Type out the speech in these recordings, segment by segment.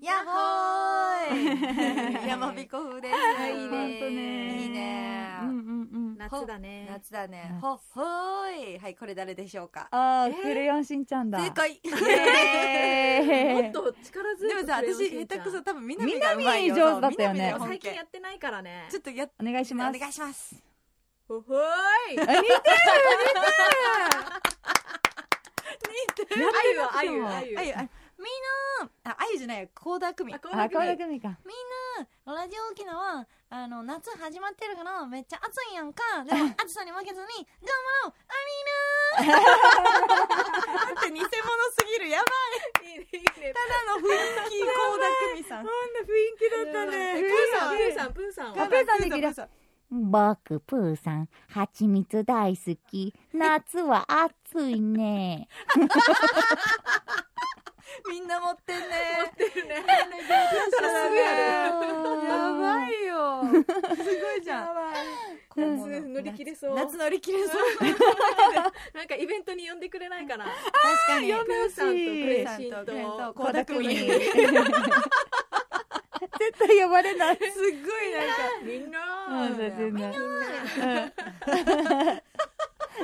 いやっほーい山彦風です。いいね本当ねいいねうんうんうん。夏だね夏だね。夏ほっほーい。はい、これ誰でしょうかああ、えークレヨンしんちゃんだ。正解でもえもっと力強いさ、私、下手くそ多分、みなみがうまいよ。南上手だったよねそう南の本家最近やってないからねちょっとやっお願いしおます。願いし ます。ほほーいあ似てるあゆはあゆあゆあゆ、あみんな、あ、あゆじゃないよ、コーダー組。あこあ、のこれだ組けか。ラジオ沖縄、あの、夏始まってるから、めっちゃ暑いやんか。で も、暑さに負けずに、頑張ろうアミーナ 待って、偽物すぎる。やばい。いいねいいねただの雰囲気、コーダー組 さん。だったねプーさんプーさんプーさんあプーさんできるプーさん僕、プーさん、蜂蜜大好き。夏は暑いね。みんな持ってんね。やばい。やばいよ。すごいじゃん。これも夏乗り切れそう夏乗り切れそう。なんかイベントに呼んでくれないか な確かに。プーさんとクレさんシンとクレンととコーダー組。すっ絶対呼ばれない。ごいなうんんか。みんな全然うん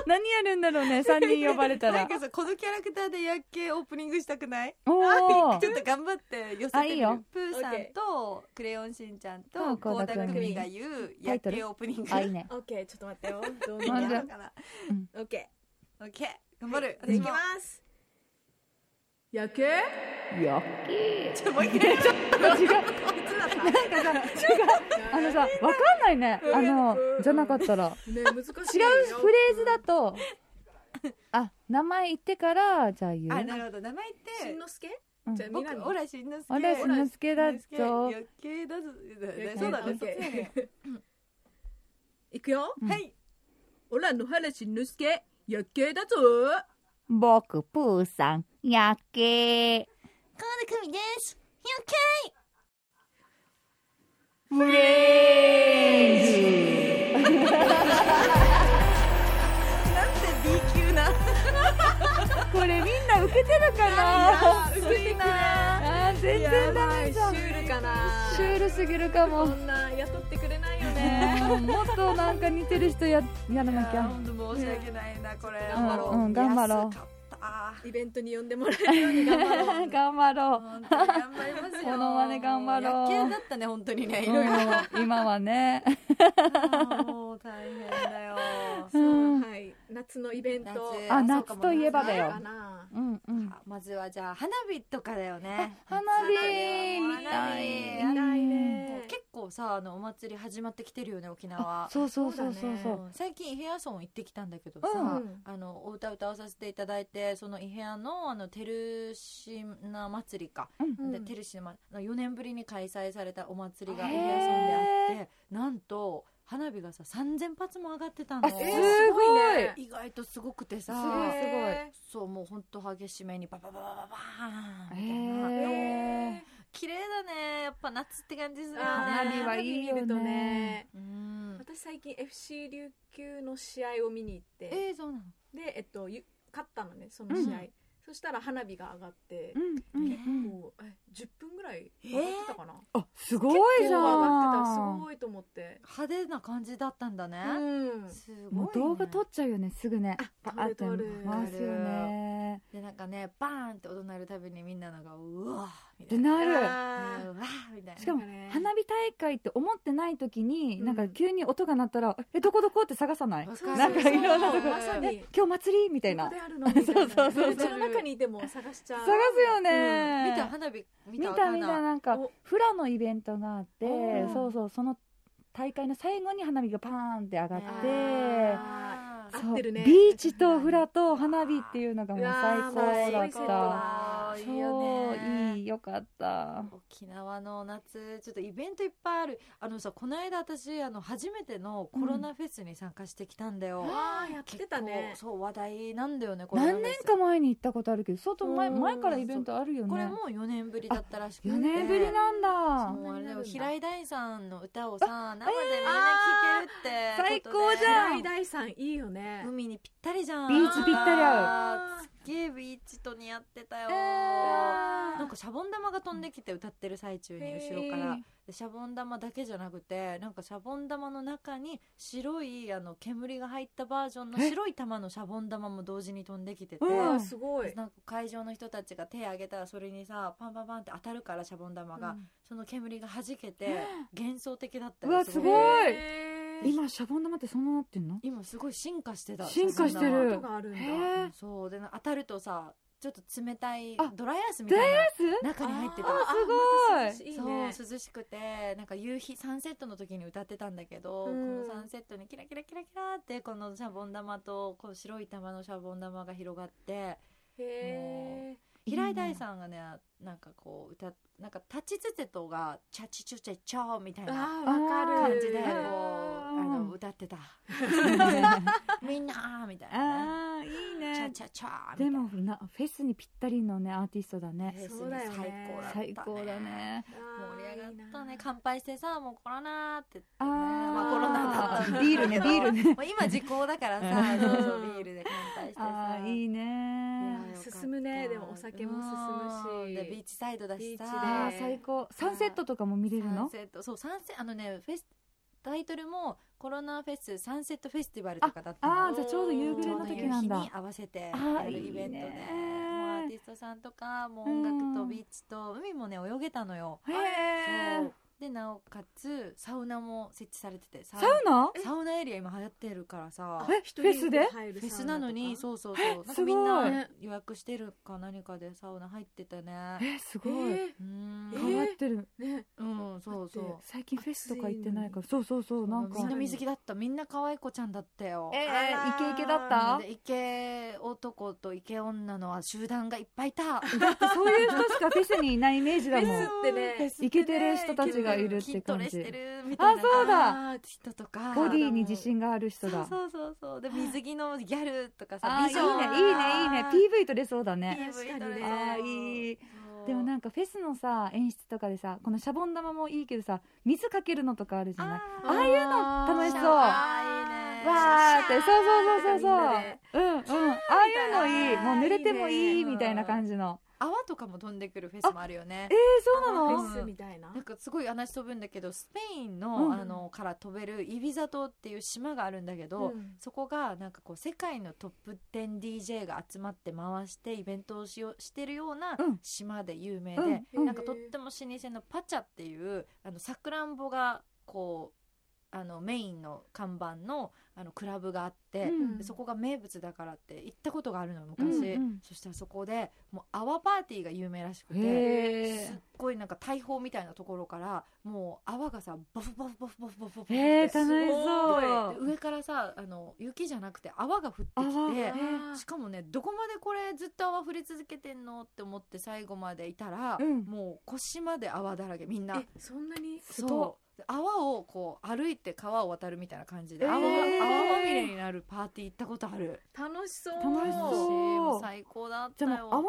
何やるんだろうね、三人呼ばれた ならん。かさこのキャラクターでやっけオープニングしたくないおお ち。ょっと頑張って寄せあていいみよるプーさんとクレヨンしんちゃんととコー倖ダ田く來み未が言うタやっイトルけオープニングあ、いいね。オッケーちょっと待ってよどうみんなまなるずだからオッケオッケー頑張るーで私きもますやけいや。ちょっともう一回ちょっ違う。夏だったあのさ、わかんないね。あの、じゃなかったら。ね難しい違ようフレーズだと、あ、名前言ってから、じゃあ言とあう。なるほど名前しんってのすけうんじゃあみんな僕オラしんのすけあれ、しんのすけだっちょや。っけだぞやっけそうだオねッそうだねケーいくようんはいオラの原しんのすけやけだぞ僕、プーさん、やっけコーダくみですやっけフレーズなんて B 級なこれみんな受けてるかな薄いなあー全然ダメじゃんシュールかなシュールすぎるかもこんな雇ってくれないよねうんもっとなんか似てる人ややらいなきやゃ本当申し訳ないなこれ頑張ろううんうん頑張ろう安かった イベントに呼んでもらえるように頑張ろう頑張 ろ本当に頑張り ますよ。モノマネ頑張ろう野球だったね本当にね。いうろいろ。うん今はねもう大変だよ。 そうはい夏のイベント夏あ夏といえばだかよなうんうんまずはじゃあ花火とかだよね。花火花火みたい花見たいねもう結構さあのお祭り始まってきてるよね沖縄。そうそうそうそうそそうううん最近イヘアソン行ってきたんだけどさ、うんあのお歌歌わさせていただいてそのイヘアのあのテルシナ祭りか、うんでテルシナ4年ぶりに開催されたお祭りがへイーヘアソンであってなんと花火がさ3000発も上がってたのあすえーごいすごいね意外とすごくてさすごいすごいえそうもうほんと激しめにババババババーンみたいな、ーへえ綺麗だねやっぱ夏って感じするよねあー花火はいいよね花火見るとねうん私最近 FC 琉球の試合を見に行ってえー、そうなのでえっとゆ勝ったのねその試合そしたら花火が上がってうんうんうんもうえ10分ぐらい上がってたかなあすごい結じ構ゃ上がってたすんごいと思って派手な感じだったんだね、うんすごい、ね、もう動画撮っちゃうよねすぐねああって撮る撮回すよねでなんかねバーンって音鳴るたびにみんなのがうわーみたでいななるあーうわーみたいなしかもね花火大会って思ってない時に、うんなんか急に音が鳴ったら「えどこどこ?」って探さないわそうそうなそんうかいろんなとこまさにえ今日祭りみたいどなこで探あるのみたいそなうそうそううちの中にいても探しちゃうすよ見ねた、花火見見たた見かたななんかおフラのイベントがあってうんそうそうその大会の最後に花火がパーンって上がっねてあーあそ合っうてるねビーチとフラと花火っていうのがもううわ最ー高だっもうすごいセットだたあーいいよ超ねいいよかった沖縄の夏ちょっとイベントいっぱいあるあのさこの間私あの初めてのコロナフェスに参加してきたんだよ、あーやってたね結構そう話題なんだよねこれ何年か前に行ったことあるけど相当前うん前からイベントあるよこれねも4年ぶりだったらしくて4年ぶりなんだそうあれだそんなになるよんだ平井大さんの歌をさ生でみんな聴けるってことでえー最高じゃん大大さんいいよね海にぴったりじゃんビーチぴったり合うすっげえビーチと似合ってたよ、えーなんかシャボン玉が飛んできて歌ってる最中に後ろからでシャボン玉だけじゃなくてなんかシャボン玉の中に白いあの煙が入ったバージョンの白い玉のシャボン玉も同時に飛んできてて、うあわーすごいなんか会場の人たちが手挙げたらそれにさパンパンパンって当たるからシャボン玉が、その煙が弾けて幻想的だったようわすすごごいいへー今シャボン玉ってそんななってんの今すごい進化してた進化してシャボンる音があるんだへ玉えそうでな当たるとさちょっと冷たいあドライアイスみたいな 中に入ってたあすごいあまた涼しいいいねそう涼しくてなんか夕日サンセットの時に歌ってたんだけど、うんこのサンセットにキラキラキラキラってこのシャボン玉とこう白い玉のシャボン玉が広がってへ平井大さんがねなんかこう歌なんか「タチツテト」が「チャチチュチェチョ」みたいーなあーわか感るじでこうへーあの歌って た「みんな」みたいなねああいい「チャねチャチャ」みたいでなもなフェスにぴったりのねアーティストだねフェスそうだよね最高だね盛り上がったねか乾杯してさもうコロナーって言ってねあーまあコロナだったんだけどビールねビール ねもう今時効だからさそうそうビールで乾杯してあさあいいねいやよかった進むねでもお酒も進むしうんでビーチサイドだしさビあーあチで最高サンセットとかも見れるサンのセットそうサンセあのねフェスタイトルもコロナフェスサンセットフェスティバルとかだったのああじゃあちょうど夕暮れの時なんちょうど夕日だに合わせてやあーるイベンいトでいねもうアーティストさんとかもう音楽とビーチと海もね泳げたのよへえそうでなおかつサウナも設置されててサウサウナサウナエリア今流行ってるからさえ一人フェスで入るフェサスウナなとかのにそうそうそうなんすかごいみんな予約してるか何かでサウナ入ってたねえすへごいーうーんえ変わってるねうんそうそだうっ最近フェスとか行ってないからそうそうそうなんかみんな水着だったみんな可愛い子ちゃんだったよえあーらイケイケだったでイケ男とイケ女の集団がいっぱいいだたってそういう人しかフェスにいないイメージだ もんフェスってねフェスってねイケてる人たちがいるって感じ筋トレしてるみたいなあそうだあー人とかボディに自信がある人だそうそうそうそうで水着のギャルとかあさあいい美ね女いいねいいね PV 撮れそうだね PV 確かにね撮れそうああいいそうでもなんかフェスのさ演出とかでさこのシャボン玉もいいけどさ水かけるのとかあるじゃないあーああいうの楽しそうわあーいいねーってそうそうそうそうみんそうなでうんうんああいうのいいあーもう濡れてもいいいいねみたいな感じの泡とかも飛んでくるフェスもあるよねえーそうなフのあェスみたいななんかすごい話飛ぶんだけどスペインの,、うんあのから飛べるイビザ島っていう島があるんだけど、うんそこがなんかこう世界のトップ 10DJ が集まって回してイベントをしようしてるようなうん島で有名で、うんうんなんかとっても老舗のパチャっていうあのさくらんぼがこうあのメインの看板のあのクラブがあって、うんでそこが名物だからって行ったことがあるのよ昔、うんうんそしたらそこでもう泡パーティーが有名らしくて。へすっごいなんか大砲みたいなところからもう泡がさボフボフボフボフボフボフえへえって楽しそうで上からさあの雪じゃなくて泡が降って泡きがてしかもねどこまでこれずっと泡降り続けてんのって思って最後までいたら、うんもう腰まで泡だらけみんなえそんなにすごそうで泡をこう歩いて川を渡るみたいな感じで、えー泡が泡まみれになるパーティー行ったことある楽しそう楽しそうも最高だっじたゃあもうよ泡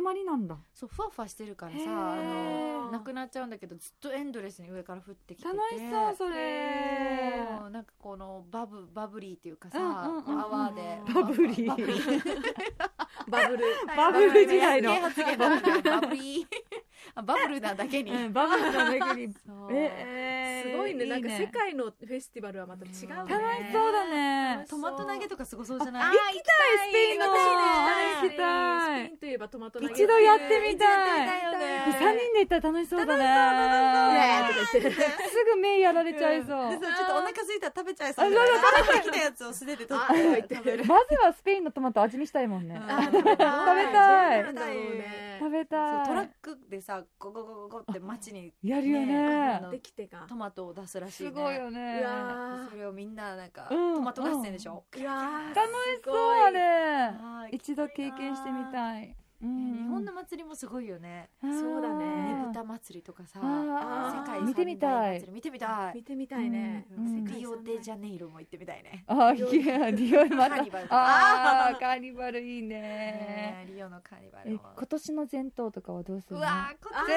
の塊なんだそうふわふわしてるからさへーあのーなくなっちゃうんだけどずっとエンドレスに上から降ってきてて楽しそうそれうんなんかこのバブバブリーっていうかさ、うんうんうんうんこう泡でバブリー バブリーバブルバブル時代の啓発言なんだよバブリー あバブルなだけに、うんバブルの中に そうえーすごいねなんか世界のフェスティバルはまた違うね楽しそうだね楽しトマト投げとかすごそうじゃあないー行きたいスペインの私ね行きたいスペインといえばトマト投げ一度やってみやたいって3みたいよね人で行ったら楽しそうだねねえとか言ってすぐ目やられちゃいそうでさちょっとお腹空いたら食べちゃいあそうそうそう食べてきたやつを素手で取あーっ言ってて食べるまずはスペインのトマト味見したいもんねうんあー食べたいどうなんだろうね食べそうたトラッいクでさゴゴゴゴゴって街にやるよねあのできてかトマトを出すらしいねすごいようねわーそれをみんななんか、うんトマト合戦でしょ、いやー楽しそうあれはい一度経験してみい、たいうん日本の祭りもすごいよねあーそうだねねぶた祭りとかさあー世界見てみたい三大祭り見てみたい見てみたいねうん世界リそオんなデジャネイロも行ってみたいねあーいやリオまたカーニバルとかあーカーニバルいいねねリオのカーニバルえも今年の全島とかはどうするうのわーこっあち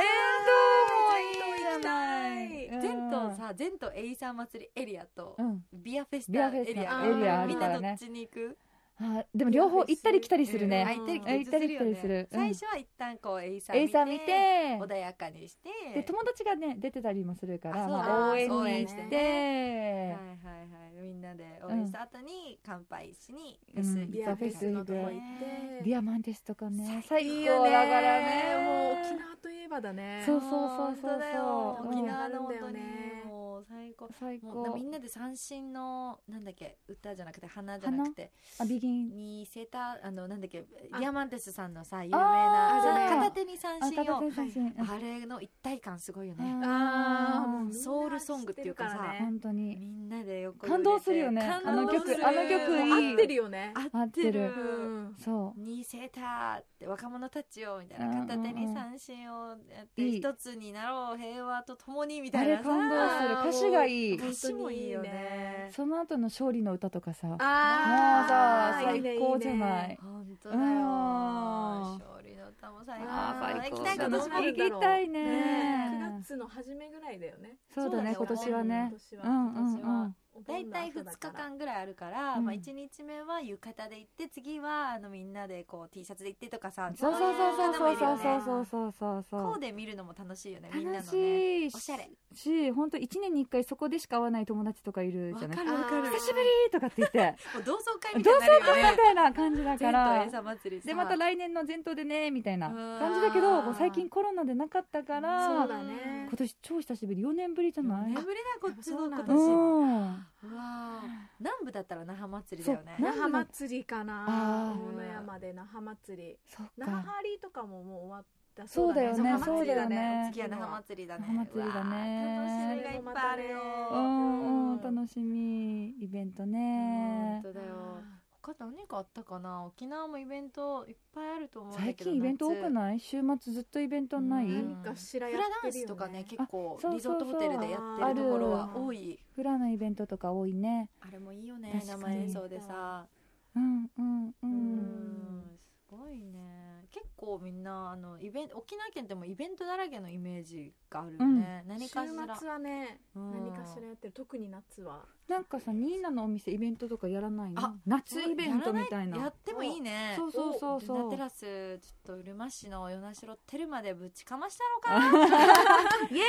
全ー島もいいじゃな全島行い全きた島さ全島エイサー祭りエリアとうんビアフェスビタアフエェスタリアエリアあみるんかならねどっちに行くあでも両方行ったり来たりするうんあねい行った行り来ったたりりす来るよたりすねるうん最初は一旦こうエイサー A さん見て穏やかにしてで友達がね出てたりもするからあそうまあ、あ応援そうやにはねいしてはいはいみんなで応援した後に乾杯しにフェうスん行くビアフェスのとこ行っねてビアマンですとかね最いい高よねだからねもう沖縄といえばだねそうそうそうそうそう本当だようん沖縄の本当にうんもう最高最もう高みんなで三振のなんだっけ歌じゃなくて花じゃなくてあビギンにせたあのなんだっけあヤマンテスさんのさ有名あなー片手に三あ振片を手三振うんあれの一体感すごいよねあーもうみんなソウルソングっていうかさ知てるらね本当にみんなで横感動するよね感あの動曲するあの曲いいもう合ってるよね合ってうるんうんそにせたって若者たちをみたいうんうんうなん片手に三振をやっていい一つになろう平和と共にみうたあいれなさ感動する歌詞がいい歌詞もいいよねその後の勝利の歌とかさもうあさあ最高じゃない本当だようん勝利の歌も最高あーまあ最行高きたい今年もだ行ね行きたいね9月の初めぐらいだよねそうだねそう今だね年はね今年はうんうん今年うはんお大盆の体2後だ日から間ぐらいあるから、うんまあ、1日目は浴衣で行って次はあのみんなでこう T シャツで行ってとかさそうそうそうそうそうそういう方もいるよねそうそうそうそうコーデ見るのも楽しいよねみんな楽のねしいおしゃれし本当一年に一回そこでしか会わない友達とかいるわじかゃなるいわかるあー久しぶりとかって言っ てもう同窓会みた同い窓に会みなるよねたいな感じだか前ら途餌祭りさでまた来年の前頭でねみたいな感じだけうどんもう最近コロナでなかったかそらうだね今年超久しぶり4年ぶりじゃ眠ないれないこっちの今う年うんわー南部だったら那覇祭りそだようね那な覇んで祭りかあなー大野山で那覇祭りそっ那覇かハリーとかももう終わったそうだよね那覇祭りそうだよねお次は那覇祭りだね那覇祭りだねうわー楽しみがいっぱいあるよううんうんうん楽しみイベント本ね当だよ他何かあったかな沖縄もイベントいっぱいあると思うんだけど最近イベント多くいない週末ずっとイベントないうん何かしらフやラっダてンるスとよかねね結構あそうリゾートホテルでやってるところは多いフラのイベントとか多いねあれもいいよね確かに生演奏でさうんうんううんんすごいね結構みんなあのイベント沖縄県ってもうイベントだらけのイメージがあるよね、何週かしら末はねうん何かしらやってる特に夏はなんかさニーナのお店イベントとかやらないのあ夏イベントみたいやなってもいいねそうそうそうそうおルナテラスちょっとうるま市の与那城テルマでぶちかましたろうかイエ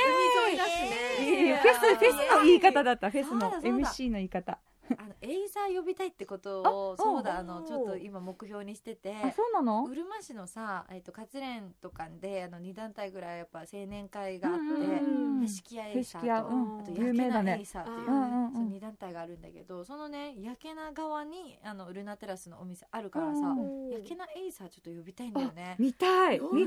海沿いだしねいやいやフェスフェスの言い方だったフェスそうのだそうだ MC の言い方あのエイザー呼びたいってことをあそうだおうあのちょっと今目標にしててあそうなのうるま市のさ、えっと活連とかであの2団体ぐらいやっぱ青年会があっうんて、うんうんフェシキアエイサフェシキアーと、うんあと有ヤケ名だナねエイサーっていう,、うんうんうんその2団体があるんだけどそのねヤケナ側にあのウルナテラスのお店あるからさ、うんヤケナエイサーちょっと呼びたいんだよね。見たい見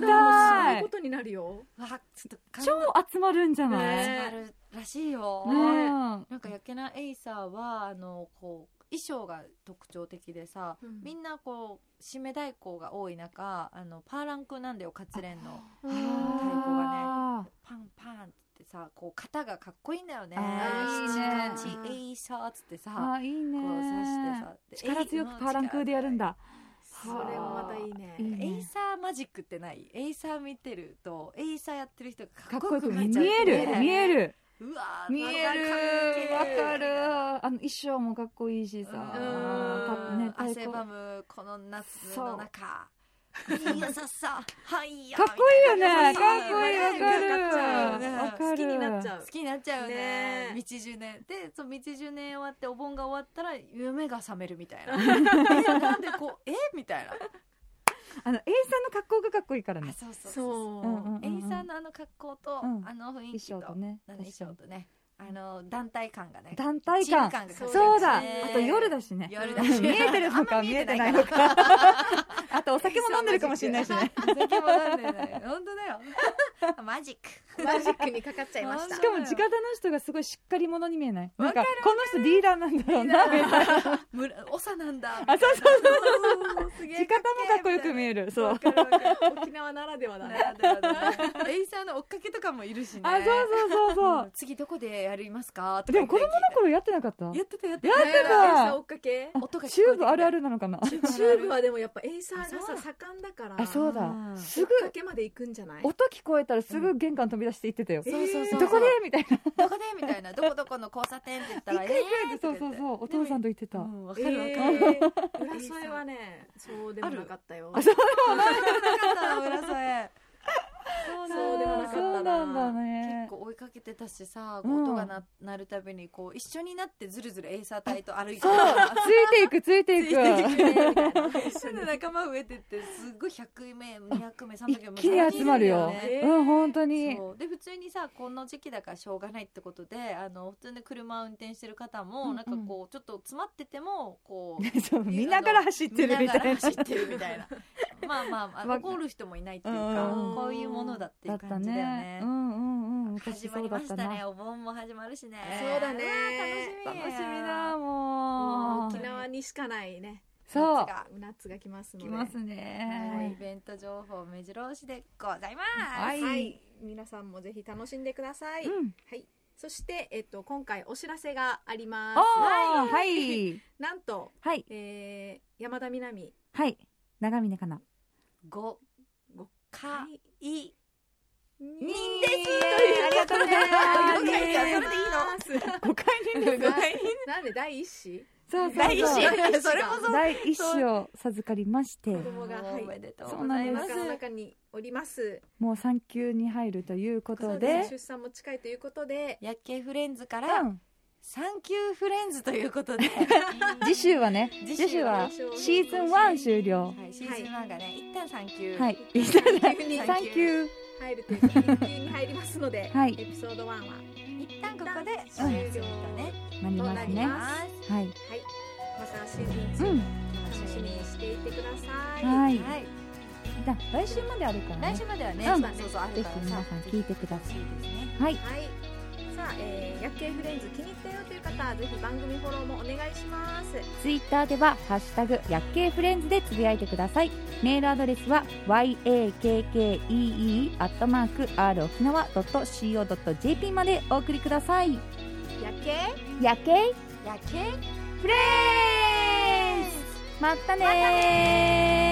たなんかもうすごいいことになるよわあちょっと感超集まるんじゃないね集まるらしいよ。ねねなんかヤケナエイサーはあのこう衣装が特徴的でさ、うんみんなこう締め太鼓が多い中あのパーランクなんだよ活連のえ太あ鼓がねパンパンってさこう型がかっこいいんだよね。あーチいいねエイサーっつってさあーいいこう刺してねさで力強くパーランクーでやるん。だそれもまたいいいいねねエイサーマジックってないエイサー見てるとエイサーやってる人がかかっっここよよくく見えちゃうえる見えるうわー見えるわなんかかるあの衣装もかっこいいしさうんね太汗鼓ばむこの夏の中いいやさっさはいやかっこいいよねかみたっこいいわなかねるわかる好きになっちゃう好きになっちゃうよねね道10年でその道10年終わってお盆が終わったら夢が覚めるみたいなえなんでこうえみたいなあの A さんの格好がかっこいいからあねそうそうそうそううんうんエイサーのあの格好と、うんあの雰衣囲気と装とねなん確かか衣に装とねあの団体感がね団体チーム感感がそうそうだあねと夜だしね夜だ し見えてるのか見えてないのか あとお酒も飲んでるかもしれないしねお酒も飲んでない本当だよ マジックマジックにかかっちゃいましそたうしだかよも地方の人がすごいしっかり者に見えないなわんかかこの人リーダーなんだろうなみ たいなむら長なんだあそうそう そうそう地方もかっこよく見えるそうわかるわかる沖縄ならではだなねるほどねエイサーの追っかけとかもいるしねあそうそうそうそう うん次どこでやりますかとかでも子供の言って頃やってなかったやってたやってやたってた追っかけ音がチューブあるあるるなのかなチュチューブはでもやっぱエイサーがあそうさだ盛んだからあそうだうんすぐ追っかけまで行くんじゃない音聞こえたらすぐ玄関飛び出して行ってたよえそうそうそうどこでみたいなどこでみたいなどこどこの交差点って言ったらええーそうそうそうお父さんと行ってたうんわかえるわかる、ー裏添えはねそうでもなかったよあるなかった浦添そうそうでもなかったなそうなんだね結構追いかけてたしさ、こううん音がな鳴るたびにこう一緒になってずるずるエイサー隊と歩いてそうついていくついていくすぐ仲間増えてってすっごい100名200名300名一気に集まるよもうえうん本当にそうで普通にさこの時期だからしょうがないってことであの普通に車運転してる方も、うんうんなんかこうちょっと詰まってても こう そう見ながら走ってるみたい見ながらな走ってるみた いなまあまああまあの怒る人もいないっていうか、うんこういうものだっていだうっ感たじだよねねうんうんうん私始まそりうだまっしたたなねお盆も始まるしねそうだねわあ楽しみ楽しみだもうもう沖縄にしかないねそう夏が来ますので来ますもうイねベント情報目白押しでございまははいい、皆さんもぜひ楽しんでください、うんはいそして、えっと、今回お知らせがありますおーはいなんと、はいえー、山田みなみはい長峰かなすごごかいいにありがとうございますご回 ねえ答それでいいの5回人ですご回なんで第一子そうそうそう 第一子第一子がそれこそ第一子を授かりまして子供がはいおめでとうそごうなざいんでますす中の中におりますもう産休に入るということで出産も近いということで夜景フレンズかうら、んサンキューフレンズということで次週はね次週次週ははシーズン1終了はい、シーズン1がね、一旦サンキュー、はい産産休入るという緊急に入りますので、はいエピソード1は一旦ここで一終旦了とね、なりとまなすりねまは、はいはい、またシーズン2うん楽しみにしていてください。はいいだ来週まであるから来ね週まではね、うんそうそうあるからぜひ皆さん聞いてくださいぜひですね。はいはいさあ、えー、夜景フレンズ気に入ったよという方はぜひ番組フォローもお願いします。ツイッターでは「ハッシュタグ薬系フレンズ」でつぶやいてくださいメールアドレスは yakkee.r-okinawa.co.jp までお送りください夜景夜景夜景フレンズまたねー